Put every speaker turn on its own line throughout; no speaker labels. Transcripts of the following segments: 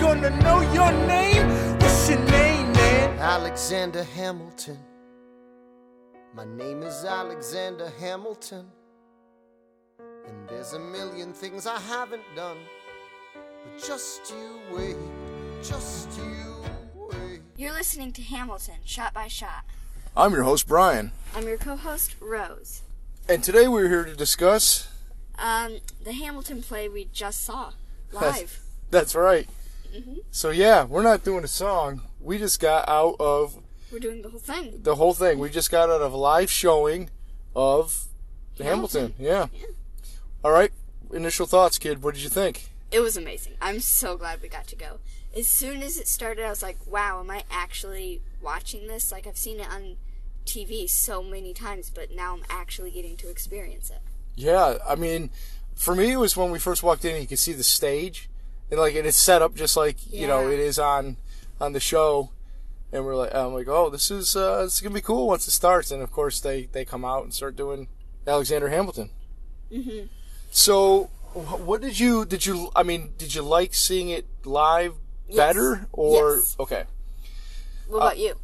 wanna know your name. What's your name, man?
Alexander Hamilton. My name is Alexander Hamilton. And there's a million things I haven't done. But just you wait, just you wait.
You're listening to Hamilton, Shot by Shot.
I'm your host, Brian,
I'm your co host, Rose.
and today we're here to discuss.
Um, the Hamilton play we just saw live.
That's right. So, yeah, we're not doing a song. We just got out of
We're doing the whole thing.
the whole thing. We just got out of a live showing of the Hamilton. Yeah. All right. Initial thoughts, kid. What did you think?
It was amazing. I'm so glad we got to go. As soon as it started, I was like, wow, am I actually watching this? Like, I've seen it on TV so many times, but now I'm actually getting to experience it.
Yeah, I mean, for me, it was when we first walked in. and You could see the stage, and like it is set up just like you know
Yeah.
it is on on the show. And we're like, I'm like, oh, this is uh, this is gonna be cool once it starts. And of course, they they come out and start doing Alexander Hamilton. Mm-hmm. So, wh- what did you did you? I mean, did you like seeing it live better or
Yes.
okay?
What about you?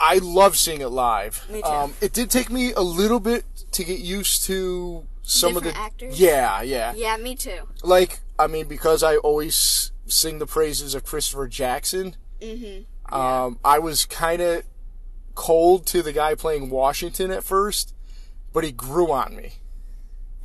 I love seeing it live. Um,
Me too.
it did take me a little bit to get used to some of the
Different actors?
Yeah, yeah,
Yeah, me too.
Like I mean, because I always sing the praises of Christopher Jackson. Mm-hmm. Um, I was kind of cold to the guy playing Washington at first, but he grew on me.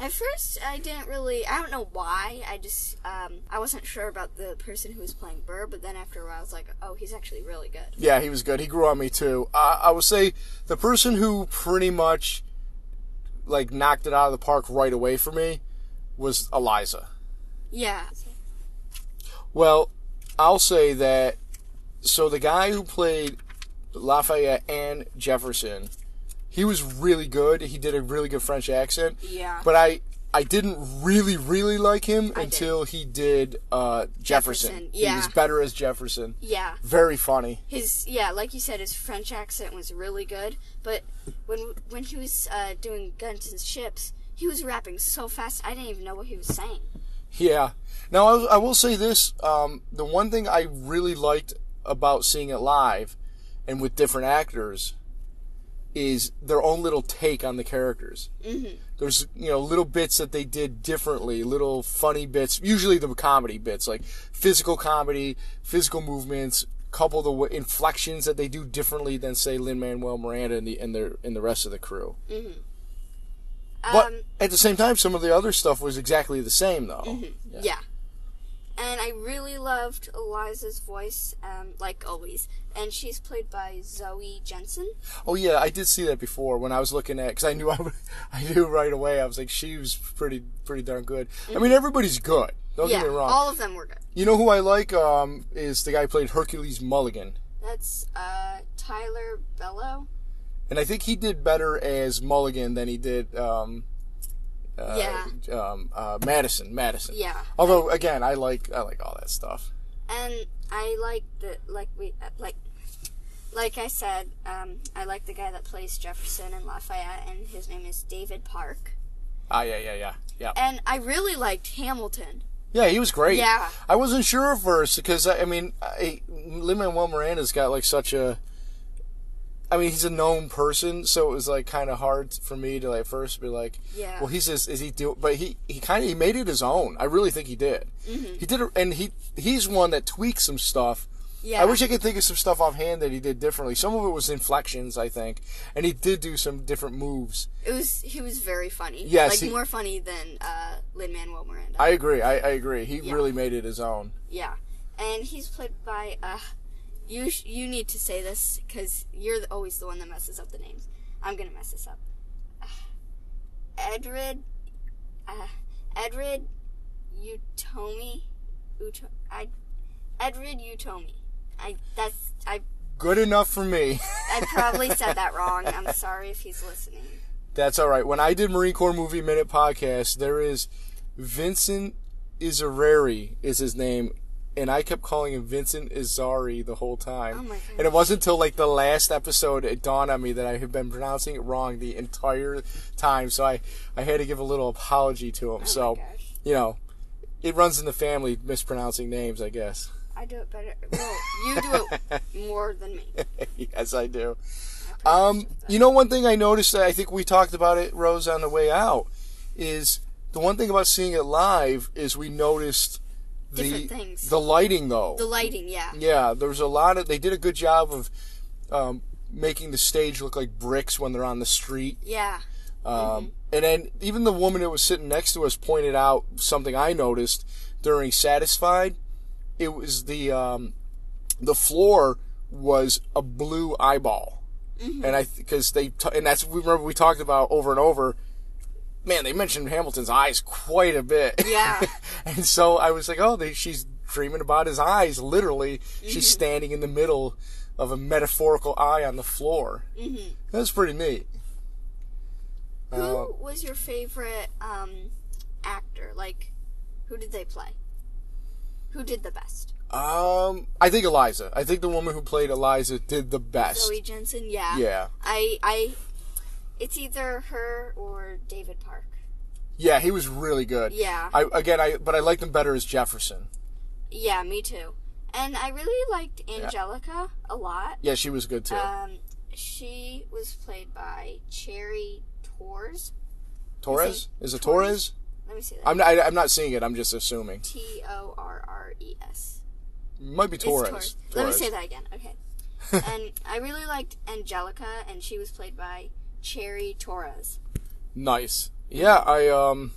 At first, I didn't really. I don't know why. I just um, I wasn't sure about the person who was playing Burr, but then after a while, I was like, oh, he's actually really good.
Yeah, he was good. He grew on me too. I I would say the person who pretty much like knocked it out of the park right away for me was Eliza.
Yeah.
Well, I'll say that. So the guy who played Lafayette and Jefferson, he was really good. He did a really good French accent.
Yeah.
But I, I didn't really, really like him
did.
until he did uh, Jefferson.
Jefferson,
He
yeah.
was better as Jefferson.
Yeah.
Very funny.
His yeah, like you said, his French accent was really good. But when when he was uh, doing Guns and Ships, he was rapping so fast, I didn't even know what he was saying.
Yeah. Now, I, I will say this. Um, the one thing I really liked about seeing it live and with different actors is their own little take on the characters. Mm-hmm. There's, you know, little bits that they did differently, little funny bits, usually the comedy bits, like physical comedy, physical movements, couple the w- inflections that they do differently than, say, Lin-Manuel Miranda and the, and, their, and the rest of the crew. But at the same time, some of the other stuff was exactly the same, though.
Yeah. And I really loved Eliza's voice, um, like always. And she's played by Zoe Jensen.
Oh yeah, I did see that before when I was looking at because I knew I, would- I knew right away. I was like, she was pretty pretty darn good. I mean, everybody's good. Don't
Mm-hmm. yeah,
get me wrong.
all of them were good.
you know who I like um, is the guy who played Hercules Mulligan,
That's uh, Tyler Bellow.
and I think he did better as Mulligan than he did um, uh,
yeah,
um, uh, Madison. Madison.
yeah.
Although again, I like I like all that stuff.
And I like the like we uh, like like I said, um, I like the guy that plays Jefferson and Lafayette, and his name is David Park.
Ah yeah yeah yeah yeah.
And I really liked Hamilton.
Yeah, he was great.
Yeah.
I wasn't sure at first because I I mean, I, Lin Manuel Miranda's got like such a. I mean, he's a known person, so it was like kind of hard for me to like first be like,
Yeah.
well, he's just is he do? But he he kind of he made it his own. I really think he did.
Mm-hmm.
He did, a, and he he's one that tweaked some stuff.
Yeah.
I wish I could think of some stuff offhand that he did differently. Some of it was inflections, I think, and he did do some different moves.
It was he was very funny.
Yes,
like
he-
more funny than uh, Lin Manuel Miranda.
I agree. I, I agree. He really made it his own.
yeah, and he's played by uh, you. Sh- you need to say this because you're the- always the one that messes up the names. I'm gonna mess this up. Uh, Edred, uh, Edred, Utomi, Uto- I, Edred Utomi. I that's I
Good enough for me.
I probably said that wrong. I'm sorry if he's listening.
That's all right. When I did Marine Corps Movie Minute podcast, there is Vincent Izarari is his name, and I kept calling him Vincent Izari the whole time.
Oh my gosh.
and it wasn't until like the last episode it dawned on me that I had been pronouncing it wrong the entire time. So I I had to give a little apology to him. so
Oh gosh.
you know, it runs in the family mispronouncing names, I guess.
I do it better. Well, you do it more than me.
yes, I do. Um, you know, one thing I noticed that I think we talked about it, Rose, on the way out is the one thing about seeing it live is we noticed the
Different things.
the lighting though.
The lighting, yeah.
yeah, there's a lot of they did a good job of um, making the stage look like bricks when they're on the street.
Yeah.
Um, And then even the woman that was sitting next to us pointed out something I noticed during Satisfied. It was the um, the floor was a blue eyeball, and I because they t- and that's we remember we talked about over and over. Man, they mentioned Hamilton's eyes quite a bit.
Yeah.
and so I was like, oh, they, she's dreaming about his eyes. Literally, she's standing in the middle of a metaphorical eye on the floor. Mm-hmm. That's pretty neat. Uh,
Who was your favorite um, actor? Like, who did they play? Who did the best?
Um, I think Eliza. I think the woman who played Eliza did the best.
Zoe Jensen. Yeah.
Yeah.
I. I. It's either her or David Park.
Yeah, he was really good.
Yeah.
I again, I but I liked him better as Jefferson.
Yeah, me too. And I really liked Angelica a lot.
Yeah, she was good too.
Um, she was played by Cherry Torres.
Torres is it Torres?
Let me see that.
I'm not, I, am not seeing it. I'm just assuming.
T O R R E S.
Might be
It's
Torres.
Let me
Torres.
say that again. Okay. and I really liked Angelica, and she was played by Cherry Torres.
Nice. Yeah, I um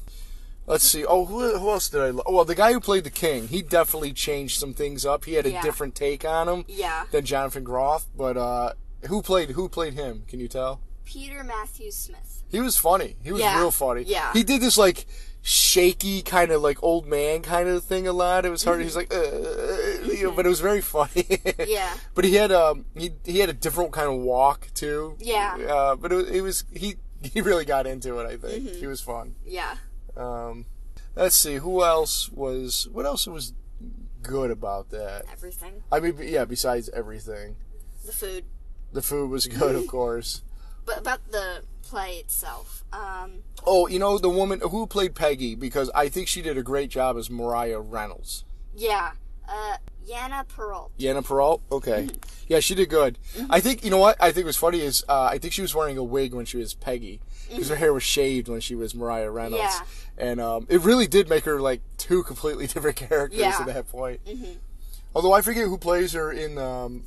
let's see. Oh, who, who else did I lo- Oh, well, the guy who played the king, he definitely changed some things up. He had a
Yeah.
different take on him
Yeah.
than Jonathan Groff, but uh who played who played him? Can you tell?
Peter Matthew Smith.
He was funny. He was
Yeah.
real funny.
Yeah.
He did this like shaky kind of like old man kind of thing a lot. It was hard. He was like, uh, you know, but it was very funny.
Mm-hmm. Yeah.
But he had um he he had a different kind of walk too.
Yeah.
Uh, but it, was- it was he he really got into it. I think
Mm-hmm.
he was fun.
Yeah.
Um, let's see who else was what else was good about that.
Everything.
I mean, yeah, besides everything,
The food.
the food was good, of course.
But about the play itself. Um,
Oh, you know the woman who played Peggy because I think she did a great job as Mariah Reynolds.
yeah. Uh, Yana Pearl.
Yana Peralt. Okay, yeah, she did good.
Mm-hmm.
I think you know what I think was funny is uh, I think she was wearing a wig when she was Peggy because her hair was shaved when she was Mariah Reynolds,
Mm-hmm. Yeah.
and um, it really did make her like two completely different characters
Yeah. Mm-hmm.
at that point. Although I forget who plays her in um,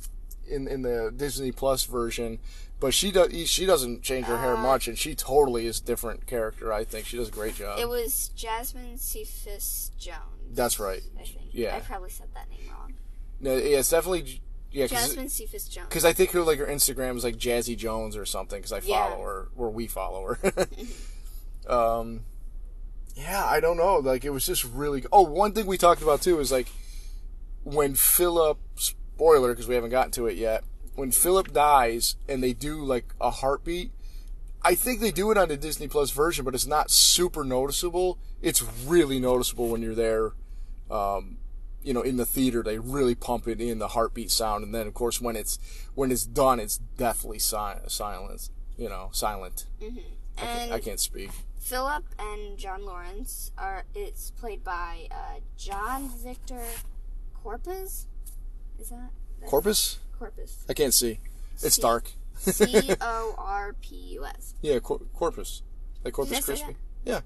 in in the Disney Plus version. But she does. She doesn't change her
Uh,
hair much, and she totally is a different character. I think she does a great job.
It was Jasmine Cephas Jones.
That's right.
I think.
Yeah.
I probably said that name wrong.
No, yeah, it's definitely yeah. Cause,
Jasmine Cephas Jones.
'cause I think her like her Instagram is like Jazzy Jones or something because I
Yeah.
follow her or we follow her. um, yeah, I don't know. Like it was just really. Oh, one thing we talked about too is like when Philip spoiler because we haven't gotten to it yet. When Philip dies and they do like a heartbeat, I think they do it on the Disney Plus version, but it's not super noticeable. It's really noticeable when you're there, um, you know, in the theater. They really pump it in the heartbeat sound, and then of course when it's when it's done, it's deathly si- silence. You know, silent. I, can't, I
And-
can't speak.
Philip and John Lawrence are. It's played by uh, John Victor Corpus. Is that that-
Corpus?
Corpus?
I can't see. It's
See.
dark.
C O R P U S.
Yeah, cor- Corpus. Like Corpus
I say
Christi. Yeah,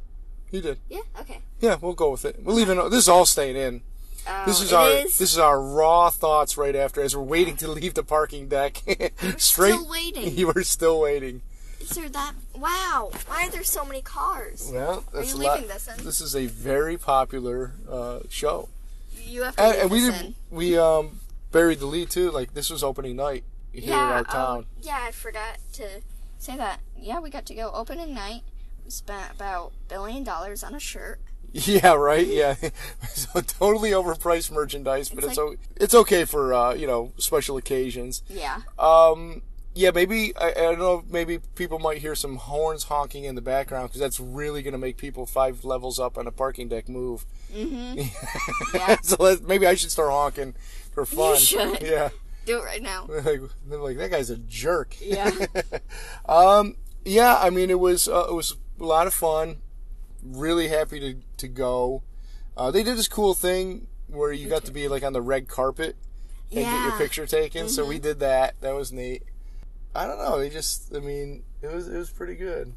he did.
Yeah. Okay.
Yeah, we'll go with it. We'll even. This is all staying in.
Um,
This is
it
our this is our raw thoughts right after as we're waiting to leave the parking deck. Straight,
still waiting.
You were still waiting.
Is there that? Wow. Why are there so many cars?
Well, that's a
you
lot-
leaving this in?
This is a very popular uh, show,
You have to.
and, and
leave
uh, we
this
didn't
in.
we um buried the lead too. Like this was opening night here in
Yeah.
our town.
Oh, yeah. I forgot to say that. Yeah, we got to go opening night. We spent about billion dollars on a shirt.
Yeah, right. Yeah, so totally overpriced merchandise, but
It's
it's
like-
o- it's okay for uh, you know special occasions.
Yeah.
Um, yeah, maybe I, I don't know. Maybe people might hear some horns honking in the background because that's really gonna make people five levels up on a parking deck move. Mm-hmm.
Yeah.
so let maybe I should start honking for fun.
should.
Yeah.
Do it right now.
Like, they're like that guy's a jerk. Um,
Yeah.
Yeah, I mean it was uh, it was a lot of fun. Really happy to to go. Uh, they did this cool thing where you got to be like on the red carpet and get your
Yeah. Mm-hmm.
picture taken. So we did that. That was neat. I don't know. They just, I mean, it was it was pretty good.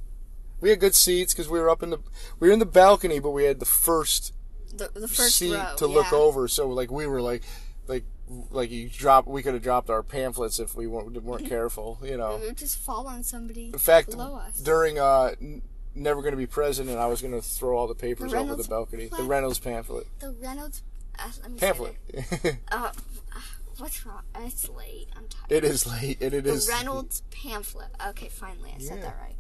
We had good seats because we were up in the we were in the balcony, but we had the first
The, the first
seat
row.
to look
yeah.
over. So like we were like like like you drop we could have dropped our pamphlets if we weren't, weren't careful. You know.
We would just fall on somebody
In fact,
below Mm-hmm. us.
during uh, N- Never Gonna Be President, I was gonna throw all the papers
The
over the
Reynolds
balcony. The
pamphlet?
Reynolds pamphlet.
The Reynolds. Uh, let me say
Pamphlet.
that. Uh, uh, what's wrong? It's late. I'm tired.
it is late, and it
the
is.
Reynolds pamphlet. Okay, finally, I said
Yeah.
that right.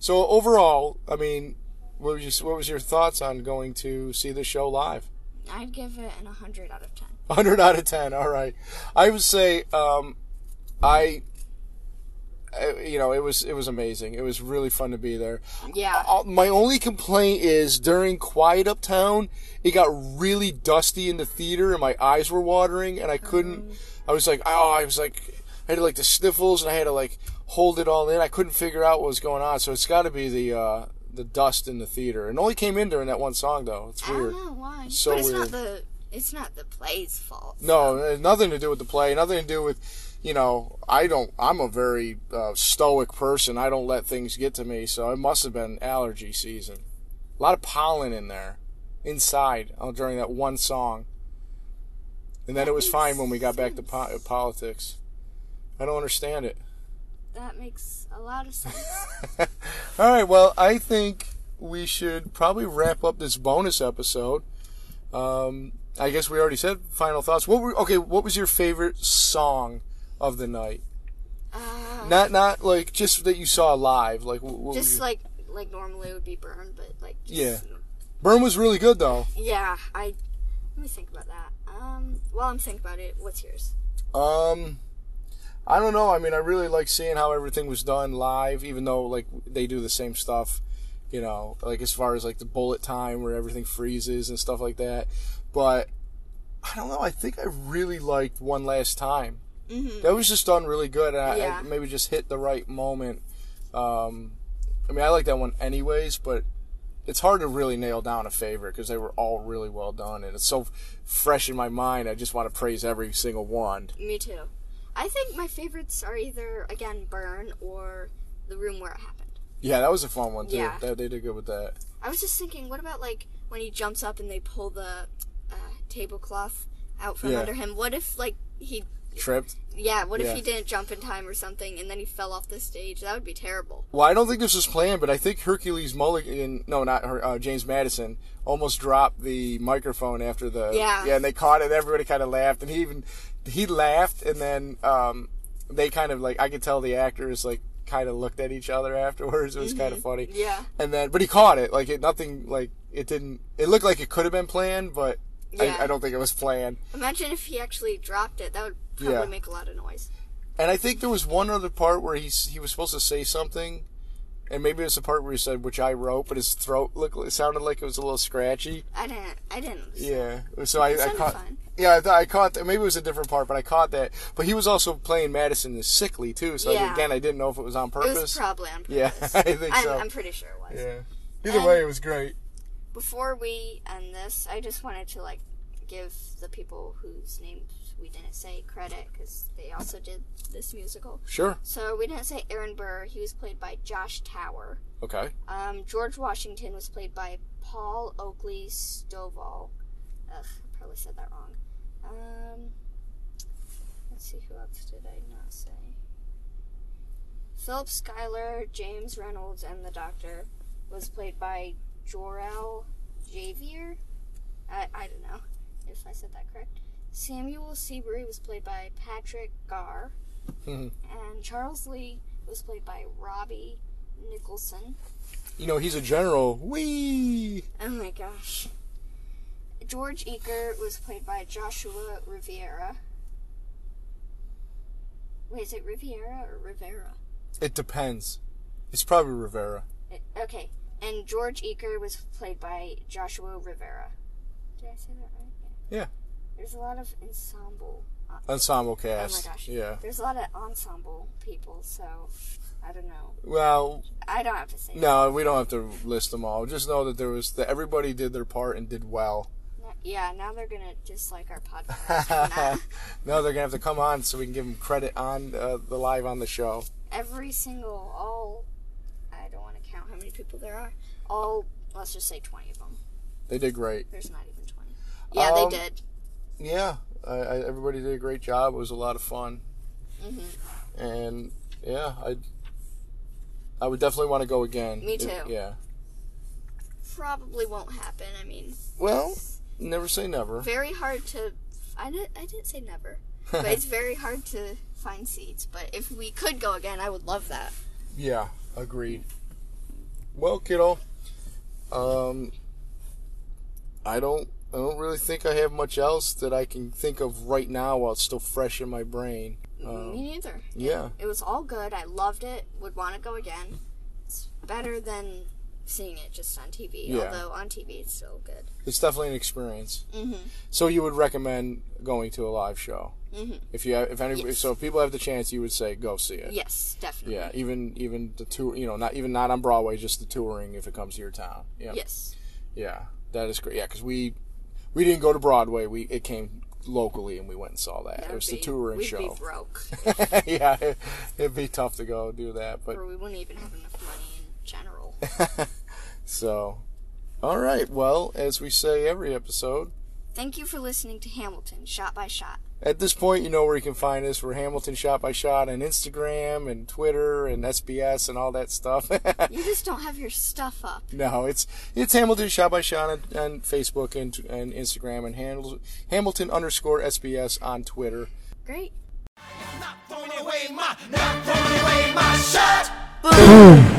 So overall, I mean, what was your, what was your thoughts on going to see the show live?
I'd give it an 100 out of 10.
100 out of 10. All right. I would say um, I I- you know, it was it was amazing. It was really fun to be there.
Yeah.
Uh, my only complaint is during Quiet Uptown, it got really dusty in the theater, and my eyes were watering, and I couldn't. I was like, oh, I was like, I had like the sniffles, and I had to like hold it all in. I couldn't figure out what was going on. So it's got to be the uh, the dust in the theater. It only came in during that one song though. It's
I
weird.
don't know why.
So
but it's
weird.
not the it's not the play's fault.
No, it has nothing to do with the play. Nothing to do with, you know, I don't. I'm a very uh, stoic person. I don't let things get to me. So it must have been allergy season. A lot of pollen in there, inside uh, during that one song. And then it was fine when we got back to po- politics. I don't understand it.
That makes a lot of sense.
All right. Well, I think we should probably wrap up this bonus episode. Um, I guess we already said final thoughts. What were okay? What was your favorite song of the night?
uh,
Not not like just that you saw live. Like what, what
just
were your-
like like normally it would be burned, but like just,
Yeah. Burn was really good though.
Yeah, I let me think about that. Um, while I'm thinking about it, what's yours?
Um, I don't know. I mean, I really like seeing how everything was done live, even though like they do the same stuff, you know, like as far as like the bullet time where everything freezes and stuff like that. But I don't know. I think I really liked one last time. That was just done really good. And I,
Yeah.
I maybe just hit the right moment. Um, I mean, I like that one anyways, but it's hard to really nail down a favorite because they were all really well done and it's so fresh in my mind. I just want to praise every single one.
Me too. I think my favorites are either again burn or the room where it happened.
Yeah, that was a fun one too.
Yeah.
That, they did good with that.
I was just thinking, what about like when he jumps up and they pull the uh, tablecloth out from
Yeah.
under him? What if like he
Tripped.
Yeah, what
Yeah.
if he didn't jump in time or something and then he fell off the stage? That would be terrible.
Well, I don't think this was planned, but I think Hercules Mulligan, no, not her, uh, James Madison, almost dropped the microphone after the.
Yeah.
Yeah, and they caught it. Everybody kind of laughed, and he even he laughed, and then um, they kind of like I could tell the actors like kind of looked at each other afterwards. It was kind of funny.
Mm-hmm. Yeah.
And then, but he caught it. Like it, nothing. Like it didn't. It looked like it could have been planned, but
Yeah.
I, I don't think it was planned.
Imagine if he actually dropped it. That would probably
Yeah.
make a lot of noise.
And I think there was one other part where he's he was supposed to say something, and maybe it's the part where he said "which I wrote," but his throat looked it sounded like it was a little scratchy.
I didn't. I didn't.
Yeah, so I, I
sounded
caught.
fun.
Yeah, I, thought I caught. That. Maybe it was a different part, but I caught that. But he was also playing Madison as sickly too. So
Yeah.
again, I didn't know if it was on
It
purpose.
was probably on purpose.
yeah, I think
I'm,
so.
I'm pretty sure it was.
yeah. Either way, it was great.
Before we end this, I just wanted to like give the people whose names we didn't say credit because they also did this musical.
Sure.
So we didn't say Aaron Burr. He was played by Josh Tower.
Okay.
Um, George Washington was played by Paul Oakley Stovall. Ugh, I probably said that wrong. Um, let's see, who else did I not say? Philip Schuyler, James Reynolds, and the Doctor was played by Jorel Javier. I, I don't know if I said that correct. Samuel Seabury was played by Patrick Garr. And Charles Lee was played by Robbie Nicholson.
You know he's a general. Wee.
Oh my gosh. George Eaker was played by Joshua Rivera. Wait, is it Riviera or Rivera?
It depends. It's probably Rivera.
It, Eh, okay. And George Eaker was played by Joshua Rivera. Did I say that right? Yeah.
Yeah.
There's a lot of ensemble. Uh,
Ensemble
oh my
cast.
gosh.
Yeah.
There's a lot of ensemble people, so I don't know.
Well,
I don't have to say.
No, we don't have to list them all. Just know that there was that everybody did their part and did well.
that. Yeah, now they're gonna dislike our podcast. for that.
no, they're gonna have to come on so we can give them credit on uh, the live on the show.
Every single, all, I don't want to count how many people there are. All, let's just say 20 of them.
They did great.
There's not even 20. Yeah,
Um,
they did.
Yeah, I, I, everybody did a great job. It was a lot of fun,
Mm-hmm.
and yeah, I I would definitely want to go again.
Me
It-
too.
yeah.
Probably won't happen. I mean,
Well, never say never.
very hard to. I didn't, I didn't say never. But it's very hard to find seats. But if we could go again, I would love that.
Yeah, agreed. Well, kiddo, um, I don't I don't really think I have much else that I can think of right now while it's still fresh in my brain. Um,
Me neither.
yeah.
It was all good. I loved it. Would want to go again. It's better than seeing it just on TV.
Yeah.
Although on TV it's still good.
It's definitely an experience. Mm-hmm. So you would recommend going to a live show mm-hmm. if you have, if any if, so if people have the chance you would say go see it.
Yes, definitely.
Yeah, even even the tour, you know, not even not on Broadway, just the touring if it comes to your town. Yeah,
Yes.
yeah, that is great. Yeah, because we we didn't go to Broadway. We it came locally and we went and saw that. it was
That'd
the
be-
touring
we'd
show.
be broke,
yeah, it, it'd be tough to go do that, but
or we wouldn't even have enough money in general.
so. All right. Well, as we say every episode,
Thank you for listening to Hamilton, shot by shot.
At this point, you know where you can find us. We're Hamilton Shot by Shot on Instagram and Twitter and SBS and all that stuff.
You just don't have your stuff up.
no, it's it's Hamilton Shot by Shot on, on Facebook and, and Instagram and handles, Hamilton underscore SBS on Twitter.
Great.
Throwing away my, not throwing away my shot.
Boom.